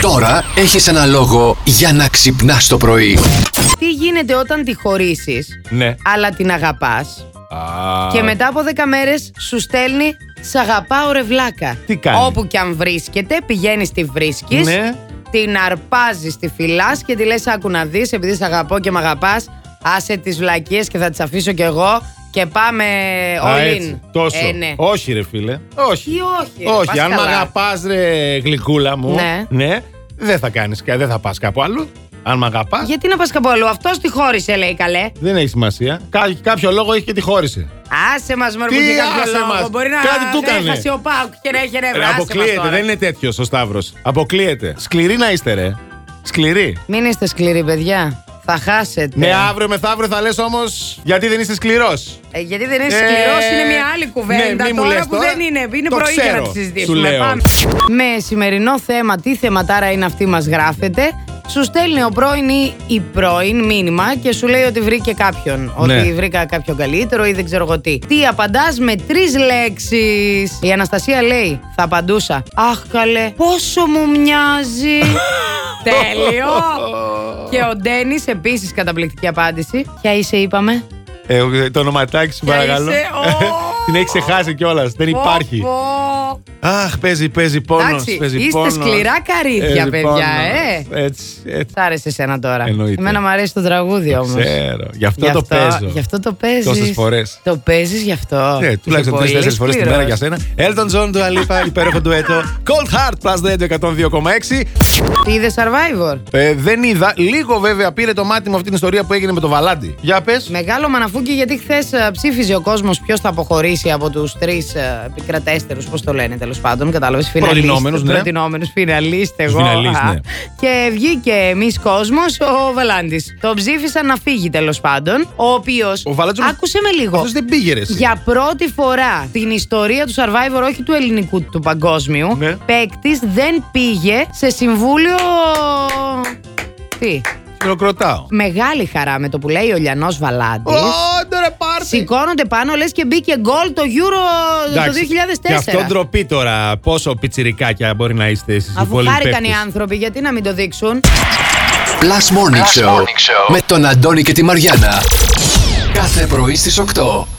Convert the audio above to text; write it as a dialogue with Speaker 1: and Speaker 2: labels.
Speaker 1: Τώρα έχεις ένα λόγο για να ξυπνάς το πρωί.
Speaker 2: Τι γίνεται όταν τη χωρίσεις,
Speaker 3: Ναι.
Speaker 2: αλλά την αγαπάς
Speaker 3: Α,
Speaker 2: και μετά από 10 μέρες σου στέλνει Σ' αγαπάω ρε βλάκα.
Speaker 3: Τι κάνει?
Speaker 2: Όπου και αν βρίσκεται, πηγαίνεις τη βρίσκεις,
Speaker 3: Ναι.
Speaker 2: την αρπάζεις, τη φυλάς και τη λες άκου να δεις επειδή σ' αγαπώ και με αγαπάς, άσε τις βλακίες και θα τις αφήσω κι εγώ και πάμε
Speaker 3: α,
Speaker 2: all in.
Speaker 3: έτσι, Τόσο.
Speaker 2: Ε, ναι.
Speaker 3: Όχι, ρε φίλε. Όχι.
Speaker 2: Ή όχι, ρε, πας
Speaker 3: όχι, αν με
Speaker 2: καλά.
Speaker 3: αγαπάς, ρε γλυκούλα μου.
Speaker 2: Ναι.
Speaker 3: δεν θα κάνεις κάτι, δεν θα πας κάπου αλλού. Αν με αγαπάς,
Speaker 2: Γιατί να πας κάπου αλλού, αυτός τη χώρισε λέει καλέ.
Speaker 3: δεν έχει σημασία. Κά- κάποιο λόγο έχει και τη χώρισε.
Speaker 2: Άσε μας μωρέ
Speaker 3: Τι
Speaker 2: που και κάποιο
Speaker 3: άσε
Speaker 2: λόγο.
Speaker 3: μας.
Speaker 2: Μπορεί να
Speaker 3: Κάτι του έκανε.
Speaker 2: έχασε ο Πάουκ και ρε, χερε, Ε, άσε
Speaker 3: Ρε,
Speaker 2: μας
Speaker 3: αποκλείεται,
Speaker 2: τώρα.
Speaker 3: δεν είναι τέτοιος ο Σταύρος. Αποκλείεται. Σκληρή να είστε, ρε. Σκληρή.
Speaker 2: Μην είστε σκληροί, παιδιά. Θα χάσετε.
Speaker 3: Ναι, αύριο μεθαύριο θα λες όμως γιατί δεν είστε σκληρός.
Speaker 2: Ε, γιατί δεν είναι σκληρό,
Speaker 3: Ε,
Speaker 2: είναι μια άλλη κουβέντα.
Speaker 3: ναι, μη μου
Speaker 2: τώρα
Speaker 3: λες
Speaker 2: που
Speaker 3: τώρα.
Speaker 2: δεν είναι. Είναι
Speaker 3: Το
Speaker 2: πρωί για να
Speaker 3: ξέρω,
Speaker 2: τη
Speaker 3: σου
Speaker 2: συζητήσουμε.
Speaker 3: λέω.
Speaker 2: Πάμε. Με σημερινό θέμα, τι θεματάρα είναι αυτή, μας γράφετε. Σου στέλνει ο πρώην ή η πρώην μήνυμα και σου λέει ότι βρήκε κάποιον. Ότι
Speaker 3: Ναι.
Speaker 2: βρήκα κάποιον καλύτερο ή δεν ξέρω εγώ τι. Τι απαντάς με τρεις λέξεις. Η Αναστασία λέει, θα απαντούσα. Αχ, καλέ, πόσο μου μοιάζει. Τέλειο! και ο Ντένις επίσης καταπληκτική απάντηση. Ποια είσαι, είπαμε.
Speaker 3: Ε, ο- το ονοματάκι σου
Speaker 2: Ποια
Speaker 3: παρακαλώ.
Speaker 2: είσαι, ω.
Speaker 3: Την έχει ξεχάσει κιόλας. Δεν υπάρχει.
Speaker 2: Πω, πω.
Speaker 3: Αχ, παίζει, παίζει πόνος.
Speaker 2: Εντάξει, είστε σκληρά καρύδια, παιδιά, ε.
Speaker 3: Έτσι, έτσι.
Speaker 2: Σ' άρεσε εσένα τώρα.
Speaker 3: Εννοείται.
Speaker 2: Εμένα μου αρέσει το τραγούδι όμως.
Speaker 3: Ξέρω. Γι' αυτό το παίζω.
Speaker 2: Γι' αυτό το παίζεις.
Speaker 3: Τόσες φορές.
Speaker 2: Το παίζεις γι' αυτό.
Speaker 3: Ναι, τουλάχιστον
Speaker 2: Είσαι
Speaker 3: τρει-τέσσερι φορέ
Speaker 2: πολύ
Speaker 3: την μέρα για
Speaker 2: σκληρός.
Speaker 3: σένα. Elton John, Dua Lipa, υπέροχο ντουέτο. Cold Heart Plus Radio 102,6.
Speaker 2: Τι είδες survivor.
Speaker 3: Ε, δεν είδα. Λίγο βέβαια πήρε το μάτι μου αυτή την ιστορία που έγινε με το Βαλάντι. Για πες.
Speaker 2: Μεγάλο μαναφούκι, γιατί χθες ψήφιζε ο κόσμος ποιος θα αποχωρήσει από τους τρεις επικρατέστερους, πώς το λένε τέλος πάντων. Κατάλαβες.
Speaker 3: Προτινόμενους, ναι.
Speaker 2: Προτινόμενου, φιναλίστε εγώ.
Speaker 3: φιναλίστ,
Speaker 2: α.
Speaker 3: ναι.
Speaker 2: Και βγήκε εμείς κόσμος ο Βελάντη. Τον ψήφισαν να φύγει τέλος πάντων. Ο οποίος.
Speaker 3: Ο Βαλάντης όμως-
Speaker 2: Άκουσε με λίγο.
Speaker 3: Αυτός δεν πήγε ρε, εσύ.
Speaker 2: Για πρώτη φορά την ιστορία του Survivor, όχι του ελληνικού, του παγκόσμιου,
Speaker 3: Ναι.
Speaker 2: παίκτης δεν πήγε σε συμβούλιο. Τι.
Speaker 3: Χειροκροτάω.
Speaker 2: Μεγάλη χαρά με το που λέει ο Λιανός Βαλάντης.
Speaker 3: Όντε ρε πάρτι.
Speaker 2: Σηκώνονται πάνω, λες και μπήκε γκολ το Euro
Speaker 3: Εντάξει,
Speaker 2: το 2004.
Speaker 3: Γι' αυτό ντροπή τώρα. Πόσο πιτσιρικάκια μπορεί να είστε εσείς οι
Speaker 2: Αφού
Speaker 3: υπόλοιποι.
Speaker 2: χάρηκαν οι
Speaker 3: παίκτες.
Speaker 2: άνθρωποι, γιατί να μην το δείξουν.
Speaker 1: Plus Morning, Show, με τον Αντώνη και τη Μαριάνα. Κάθε πρωί στις 8.